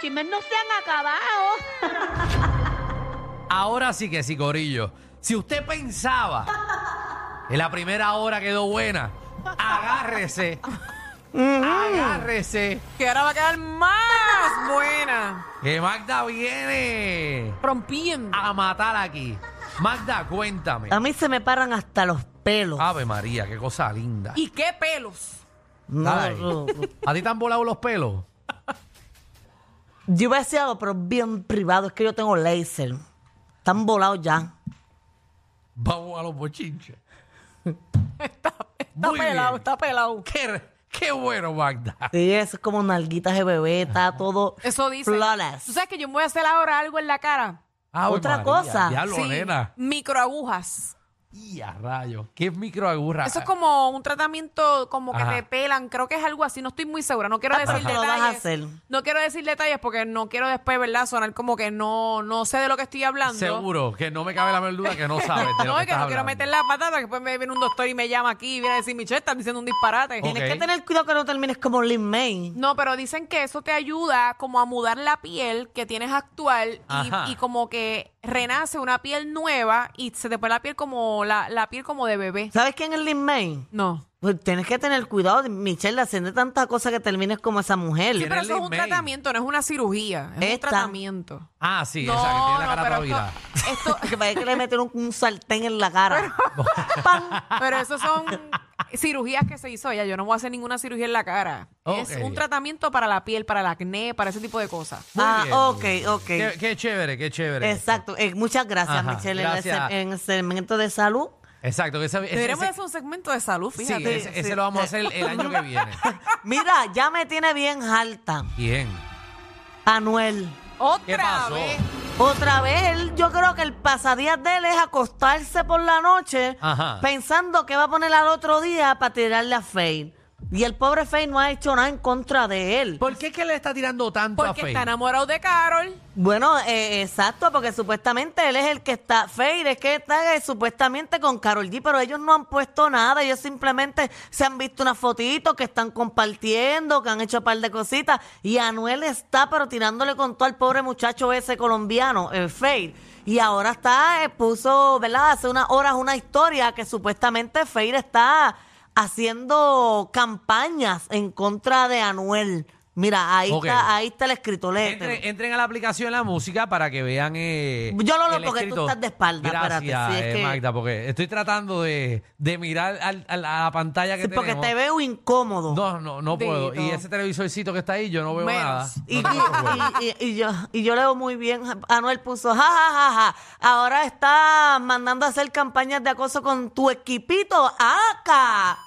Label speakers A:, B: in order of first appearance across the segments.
A: chismes no se han acabado.
B: Ahora sí que sí, Corillo. Si usted pensaba que la primera hora quedó buena, agárrese. agárrese.
C: Que ahora va a quedar más buena.
B: Que Magda viene
C: Rompiendo.
B: a matar aquí. Magda, cuéntame.
D: A mí se me paran hasta los pelos.
B: Ave María, qué cosa linda.
C: ¿Y qué pelos?
D: No,
B: Ay.
D: no, no.
B: ¿A ti te han volado los pelos?
D: Yo iba a decir algo, pero bien privado. Es que yo tengo laser. Están volados ya.
B: Vamos a los bochinches.
C: Está, está
B: Muy bien.
C: pelado, está pelado.
B: Qué, qué bueno, Magda.
D: Sí, eso es como nalguitas de bebé, está todo
C: Eso dice.
D: flawless.
C: ¿Tú sabes que yo me voy a hacer ahora algo en la cara?
B: Ave
D: Otra
B: María,
D: cosa.
B: Diablo, nena.
C: Microagujas.
B: Y a rayo. ¿Qué es microagurra?
C: Eso es como un tratamiento como que
B: Ah. Ajá.
C: te pelan, creo que es algo así, no estoy muy segura, no quiero
D: Ah, pero
C: decir
D: te lo
C: detalles.
D: vas a hacer.
C: No quiero decir detalles porque no quiero después, ¿verdad? Sonar como que no no sé de lo que estoy hablando.
B: Seguro, que no me cabe la menor duda que no sabes. De lo
C: No,
B: que
C: y que
B: estás
C: no quiero
B: hablando.
C: meter la patada porque después me viene un doctor y me llama aquí y viene a decir, Michelle, estás diciendo un disparate.
B: Ok.
D: Tienes que tener cuidado que no termines como Lin May.
C: No, pero dicen que eso te ayuda como a mudar la piel que tienes actual
B: Ajá.
C: y, y como que renace una piel nueva y se te pone la piel como la, la piel como de bebé.
D: ¿Sabes quién es Lin May?
C: No.
D: Pues tienes que tener cuidado, Michelle, de hacer de tantas cosas que termines como esa mujer.
C: Sí, pero
B: es
C: eso es un
B: Lin May?
C: tratamiento, no es una cirugía, es
D: Esta.
C: un tratamiento.
B: Ah, sí,
C: no,
B: esa que tiene la cara
C: no, pero
B: todavía.
C: esto, esto-
D: Que parece que le metieron un sartén en la cara. ¡Pam!
C: pero eso son cirugías que se hizo ella. Yo no voy a hacer ninguna cirugía en la cara. Es
B: Ok.
C: un tratamiento para la piel, para el acné, para ese tipo de cosas.
B: Muy
D: Ah,
B: bien.
D: ok, ok.
B: Qué, qué chévere, qué chévere.
D: Exacto. Eh, muchas gracias,
B: Ajá,
D: Michelle,
B: gracias.
D: En, el, segmento de salud.
B: Exacto, que ese, ese-
C: Deberíamos
B: ese-
C: hacer un segmento de salud,
B: sí,
C: fíjate.
B: ese- ese lo vamos a hacer el año que viene.
D: Mira, ya me tiene bien alta.
B: Bien.
D: Anuel.
C: Otra
B: ¿Qué pasó?
C: vez.
D: Otra vez, él- yo creo que el pasadía de él es acostarse por la noche
B: Ajá.
D: pensando que va a poner al otro día para tirarle a Faye. Y el pobre Faye no ha hecho nada en contra de él.
B: ¿Por qué es que le está tirando tanto a
C: Porque
B: Faye?
C: está enamorado de Carol.
D: Bueno, eh, exacto, porque supuestamente él es el que está, Faye es que está eh, supuestamente con Carol G, pero ellos no han puesto nada, ellos simplemente se han visto unas fotitos que están compartiendo, que han hecho un par de cositas, y Anuel está, pero tirándole con todo al pobre muchacho ese colombiano, el Faye. Y ahora está, eh, puso, ¿verdad? Hace unas horas una historia que supuestamente Faye está haciendo campañas en contra de Anuel. Mira, ahí
B: Ok.
D: está, ahí está el escritor. léetelo.
B: Entren, entren a la aplicación La Música para que vean. eh,
D: Yo lo leo
B: el
D: porque tú
B: escrito.
D: estás de espalda,
B: Gracias,
D: espérate, si es
B: eh,
D: que-
B: Magda, porque estoy tratando de, de mirar al- al- a la pantalla que
D: Sí, porque
B: tenemos.
D: te veo incómodo.
B: No, no, no puedo.
C: Dito.
B: Y ese televisorcito que está ahí, yo no veo
C: Menos.
B: nada. No
D: Y,
B: tengo recuerdo.
D: y- y- y- y yo, y yo leo muy bien. Anuel puso, ja, ja, ja, ja. Ahora está mandando a hacer campañas de acoso con tu equipito. ¡Aca!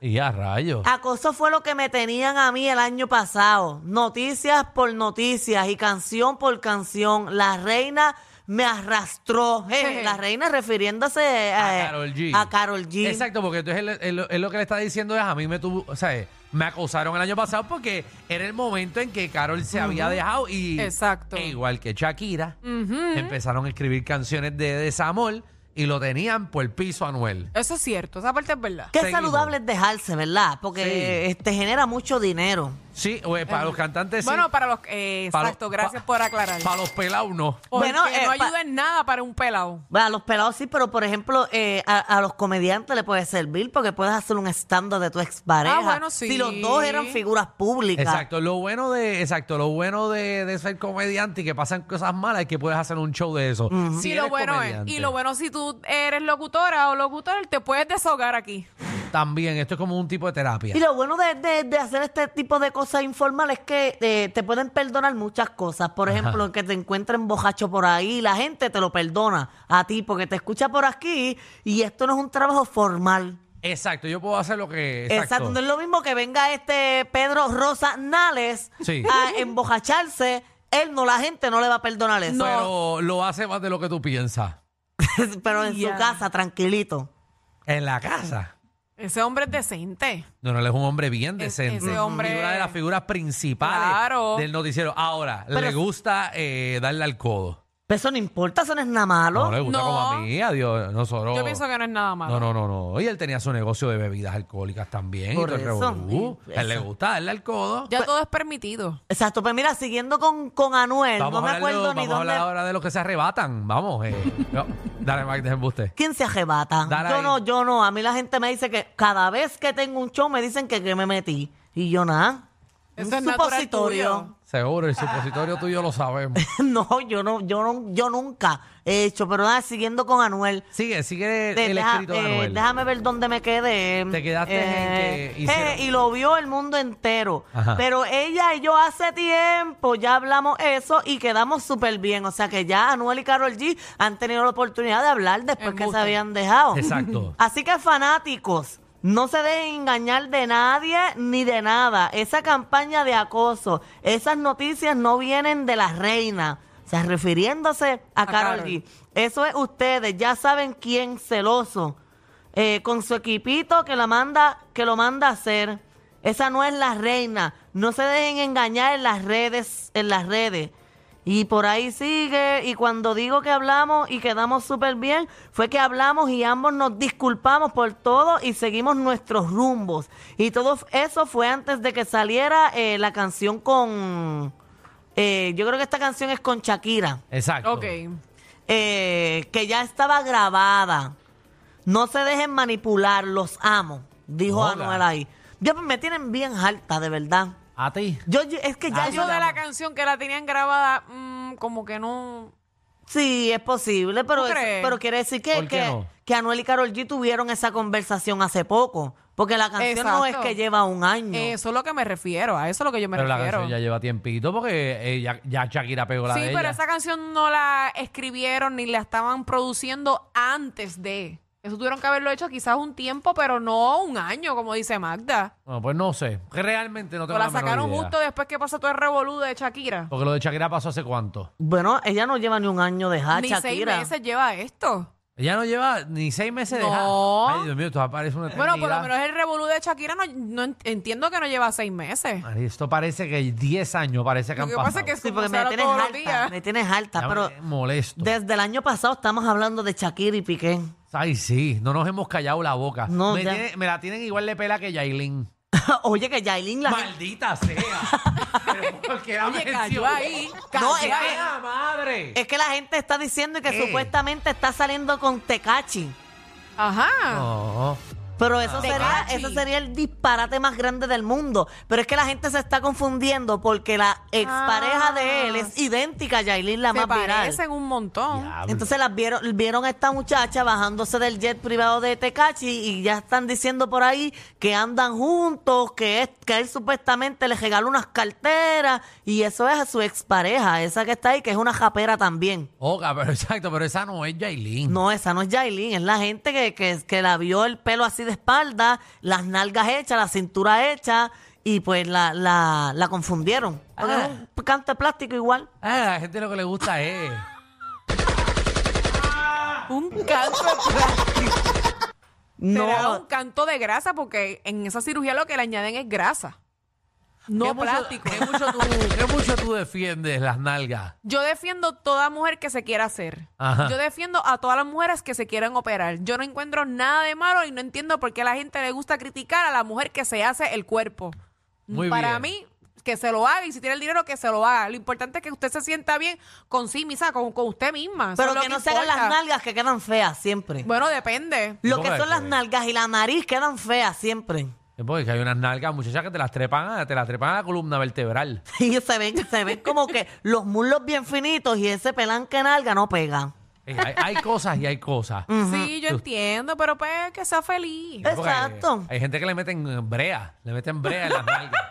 B: Y a rayos.
D: Acoso fue lo que me tenían a mí el año pasado. Noticias por noticias y canción por canción. La reina me arrastró. Eh, la reina refiriéndose eh,
B: a Carol G.
D: A Karol G.
B: Exacto, porque entonces él, él- él lo que le está diciendo es a mí me tuvo, o sea, me acosaron el año pasado porque era el momento en que Carol se había dejado y
C: Exacto.
B: e igual que Shakira empezaron a escribir canciones de desamor y lo tenían por el piso a Anuel.
C: Eso es cierto, esa parte es verdad.
D: Qué
B: Seguimos.
D: saludable es dejarse, ¿verdad? Porque
B: Sí.
D: este genera mucho dinero.
B: Sí, oye, para los cantantes sí.
C: Bueno, para los... eh,
B: Para los-
C: exacto, gracias
B: pa-
C: por aclarar.
B: para los pelados no.
C: Porque
D: Bueno, eh,
C: no
D: pa-
C: ayuda en nada para un pelado.
D: Bueno, a los pelados sí, pero por ejemplo, eh, a, a los comediantes le puede servir porque puedes hacer un stand de tu expareja.
C: Ah, bueno, sí.
D: Si los dos eran figuras públicas.
B: Exacto, lo bueno de, exacto, lo bueno de, de ser comediante y que pasan cosas malas es que puedes hacer un show de eso.
C: Sí,
B: eres
C: lo bueno
B: comediante.
C: es. Y lo bueno, si tú eres locutora o locutor, te puedes desahogar aquí.
B: También, esto es como un tipo de terapia.
D: Y lo bueno de, de- de hacer este tipo de cosas informales es que eh, te pueden perdonar muchas cosas. Por ejemplo, que te encuentren bojacho por ahí, la gente te lo perdona a ti porque te escucha por aquí y esto no es un trabajo formal.
B: Exacto, yo puedo hacer lo que.
D: Exacto. No es lo mismo que venga este Pedro Rosa Nales
B: Sí.
D: a embojacharse. Él no, la gente no le va a perdonar eso.
B: Pero lo hace más de lo que tú piensas.
D: Pero en
C: Ya.
D: su casa, tranquilito.
B: En la casa.
C: Ese hombre es decente.
B: No, no, él es un hombre bien
C: Es-
B: decente.
C: ese hombre-
B: Figura de las figuras principales
C: Claro.
B: del noticiero. Ahora,
D: Pero-
B: le gusta eh, darle al codo.
D: Pero eso no importa, eso no es nada malo.
B: No le gusta
C: No.
B: como a mí, adiós. Nosotros.
C: Yo pienso que no es nada malo.
B: No, no, no, no. Y él tenía su negocio de bebidas alcohólicas también.
D: Por
B: y todo el
D: eso,
B: revolú.
D: sí,
B: A él le
D: eso.
B: gusta darle al codo.
C: Ya todo es permitido.
D: Exacto, pues mira, siguiendo con, con Anuel,
B: Vamos,
D: no me
B: a, hablar de,
D: acuerdo
B: vamos
D: ni
B: a hablar
D: dónde.
B: ahora de los que se arrebatan. Vamos. eh. No. Dale, Mike, déjenme usted.
D: ¿Quién se arrebata?
B: Dale
D: yo
B: ahí.
D: no, yo no. A mí la gente me dice que cada vez que tengo un show me dicen que, que me metí. Y yo nada.
C: Eso
D: un
C: es natural
D: supositorio.
B: Seguro, el supositorio tuyo lo sabemos.
D: no, yo no, yo no, yo nunca he hecho, pero nada, siguiendo con Anuel.
B: Sigue, sigue el,
D: De-
B: el
D: deja-
B: escrito de
D: eh,
B: Anuel.
D: déjame ver dónde me quedé.
B: Te quedaste en que hicieron-
D: eh, y lo vio el mundo entero.
B: Ajá.
D: Pero ella y yo hace tiempo ya hablamos eso y quedamos súper bien. O sea que ya Anuel y Carol G han tenido la oportunidad de hablar después que se
C: Embuste.
D: habían dejado.
B: Exacto.
D: Así que fanáticos, no se dejen engañar de nadie ni de nada. Esa campaña de acoso, esas noticias no vienen de la reina. O sea, refiriéndose a,
C: A
D: Carol
C: Karol.
D: G. Eso es ustedes, ya saben quién celoso. eh, con su equipito que la manda, que lo manda a hacer. Esa no es la reina. No se dejen engañar en las redes, en las redes. Y por ahí sigue, y cuando digo que hablamos y quedamos súper bien, fue que hablamos y ambos nos disculpamos por todo y seguimos nuestros rumbos. Y todo eso fue antes de que saliera eh, la canción con... eh, yo creo que esta canción es con Shakira
B: Exacto.
C: Ok.
D: eh, que ya estaba grabada. No se dejen manipular, los amo, dijo
B: Hola.
D: Anuel ahí. Yo, me tienen bien alta, de verdad.
B: A ti.
D: Yo, yo- es que ya
B: Ah,
D: yo-
C: Eso de la canción que la tenían grabada, mm, como que no.
D: Sí, es posible, pero,
C: ¿Tú
D: es-
C: crees?
D: pero quiere decir que,
B: ¿Por qué
D: que,
B: no?
D: que Anuel y Karol G tuvieron esa conversación hace poco. Porque la canción no es
C: Exacto.
D: que lleva un año.
C: Eso es lo que me refiero. A eso es lo que yo me
B: Pero la
C: refiero.
B: canción ya lleva tiempito porque eh, ya, ya Shakira pegó la
C: sí,
B: de
C: pero
B: ella.
C: esa canción no la escribieron ni la estaban produciendo antes de. Eso tuvieron que haberlo hecho quizás un tiempo, pero no un año, como dice Magda.
B: Bueno, pues no sé. Realmente no
C: O
B: tengo
C: la
B: la menor
C: sacaron
B: idea.
C: justo después que pasó todo el revolú de Shakira.
B: Porque lo de Shakira pasó hace cuánto.
D: Bueno, ella no lleva ni un año de dejar
C: ni seis
D: Ah, Shakira.
C: meses lleva esto.
B: Ella no lleva ni seis meses de
C: No.
B: Ay, Dios mío, esto parece una
C: Bueno, por lo
B: eternidad.
C: menos el revolú de Shakira no, no ent- entiendo que no lleva seis meses.
B: Ay, Esto parece que 10 años parece que
C: Lo
B: han
C: que
B: pasado.
C: pasa es que
D: Sí, porque
C: como
D: me
C: se habla
D: tienes
C: todos los
D: alta,
C: días.
D: me tienes alta.
B: Ya
D: Pero
B: me molesto.
D: desde el año pasado estamos hablando de Shakira y Piqué.
B: Ay, sí, no nos hemos callado la boca.
D: No,
B: me,
D: ya.
B: tiene- me la tienen igual de pela que Yailin.
D: Oye, que Yailin la gente-
B: Maldita sea. Pero ¿por qué la
C: Oye, cayó
B: mencionó?
C: ahí. Cayó
D: No, es
B: ¡Ay,
C: ahí.
B: la madre!
D: Es que la gente está diciendo que
B: ¿Qué?
D: supuestamente está saliendo con Tecachi.
C: Ajá.
B: No.
D: Pero eso, sería,
C: Tecachi.
D: eso sería el disparate más grande del mundo. Pero es que la gente se está confundiendo porque la expareja
C: Ah.
D: de él es idéntica a Yailin, la
C: se
D: más viral.
C: parecen un montón.
B: Diablo.
D: Entonces las vieron, vieron a esta muchacha bajándose del jet privado de Tecachi y ya están diciendo por ahí que andan juntos, que es, que él supuestamente le regaló unas carteras y eso es a su expareja, esa que está ahí, que es una japera también.
B: Oga, pero exacto, pero esa no es Yailin.
D: No, esa no es Yailin, es la gente que, que, que la vio el pelo así de espalda, las nalgas hechas, la cintura hecha, y pues la, la, la confundieron. Porque
B: Ah.
D: es un canto de plástico igual.
B: Ah, la gente lo que le gusta es.
C: Un canto de plástico. Será un
D: No,
C: canto de grasa porque en esa cirugía lo que le añaden es grasa.
B: ¿Qué
C: No
D: pues,
B: mucho-
C: plástico.
B: ¿qué mucho, tú, qué mucho tú defiendes las nalgas?
C: Yo defiendo toda mujer que se quiera hacer.
B: Ajá.
C: Yo defiendo a todas las mujeres que se quieran operar. Yo no encuentro nada de malo y no entiendo por qué a la gente le gusta criticar a la mujer que se hace el cuerpo.
B: Muy
C: Para
B: bien.
C: mí, que se lo haga y si tiene el dinero, que se lo haga. Lo importante es que usted se sienta bien con sí misma, con, con usted misma. Eso
D: pero
C: es lo
D: que no se hagan las
C: importa.
D: nalgas que quedan feas siempre.
C: Bueno, depende.
D: Lo que
B: Bueno,
D: son las
B: eh.
D: nalgas y la nariz quedan feas siempre.
B: Es Eh, Porque hay unas nalgas, muchachas, que te las trepan, a- te las trepan a la columna vertebral.
D: Y se ven, se ven como que los muslos bien finitos y ese pelanque nalga no pega.
B: Eh, Hay, hay cosas y hay cosas.
C: Sí, yo entiendo, pero pues que sea feliz.
D: Eh.
B: Porque hay-
D: Exacto.
B: Hay, gente que le meten eh, brea, le meten brea en las nalgas.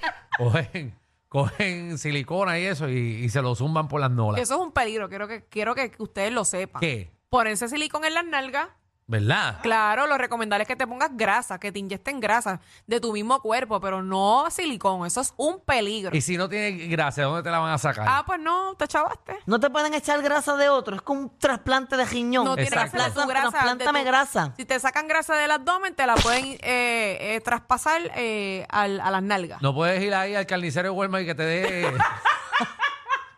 B: cogen, cogen silicona y eso y, y se lo zumban por las nolas.
C: Eso es un peligro, quiero que, quiero que ustedes lo sepan.
B: ¿Qué?
C: Ponerse silicón en las nalgas,
B: ¿Verdad?
C: claro, lo recomendable es que te pongas grasa, que te inyecten grasa de tu mismo cuerpo, pero no silicón, eso es un peligro.
B: Y si no tiene gracia, ¿dónde te la van a sacar?
C: Ah, pues no, te chavaste.
D: No te pueden echar grasa de otro, es como un trasplante de riñón.
C: No
B: tiene
C: tienes que hacer
B: Exacto.
C: tu grasa.
D: Trasplántame
C: de tu-
D: grasa.
C: Si te sacan grasa del abdomen, te la pueden eh, eh, traspasar eh, al- a las nalgas.
B: No puedes ir ahí al carnicero de Walmart y que te dé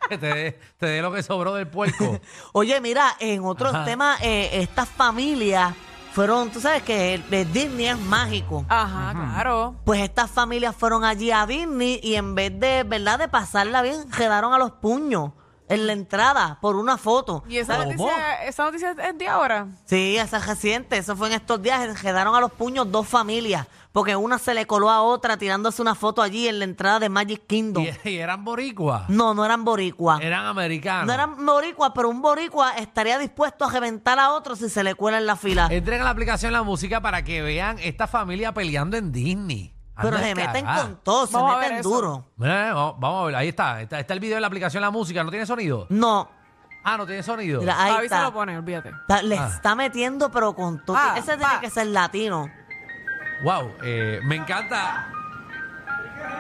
B: que te dé te dé lo que sobró del puerco.
D: Oye, mira, en otros
B: Ajá.
D: temas, eh, estas familias fueron, tú sabes que el- el Disney es mágico.
C: Ajá, claro.
D: Pues estas familias fueron allí a Disney y en vez de, ¿verdad?, de pasarla bien, quedaron a los puños en la entrada por una foto.
C: ¿Y esa
B: ¿Cómo?
C: noticia, esa noticia es de ahora?
D: Sí, esa es reciente, eso fue en estos días, quedaron a los puños dos familias, porque una se le coló a otra tirándose una foto allí en la entrada de Magic Kingdom.
B: Y, y eran boricuas.
D: No, no eran boricuas.
B: Eran americanos.
D: No eran boricuas, pero un boricua estaría dispuesto a reventar a otro si se le cuela en la fila.
B: Entren a la aplicación La Música para que vean esta familia peleando en Disney.
D: Pero
B: Anda
D: se meten
B: descarada.
D: con todo, se
C: Vamos a ver
D: meten
C: eso.
D: duro.
B: Mira, eh, vamos, vamos a ver, ahí está, está. está el video de la aplicación La Música. ¿No tiene sonido?
D: No,
B: Ah, no tiene sonido.
D: mira, ahí
C: Javi se
D: está.
C: lo pone, olvídate.
D: Está- le
B: Ah.
D: está metiendo, pero con todo.
C: Pa, pa.
D: Ese tiene que ser latino.
B: Wow, eh, me encanta.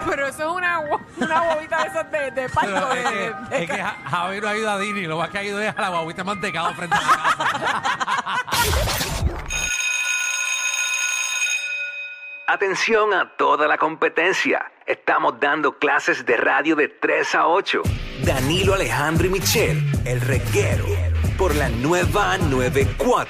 C: Pero eso es una, guau- una bobita de esas de, de
B: Pero
C: palco. de-
B: es,
C: de-
B: que, es que Ja- Javi no ha ido a Disney. Lo más que ha ido es a la guaguita de mantecado frente a la casa.
E: Atención a toda la competencia. Estamos dando clases de radio de 3 a 8. Danilo Alejandro y Michel, el reguero, por la nueva 94.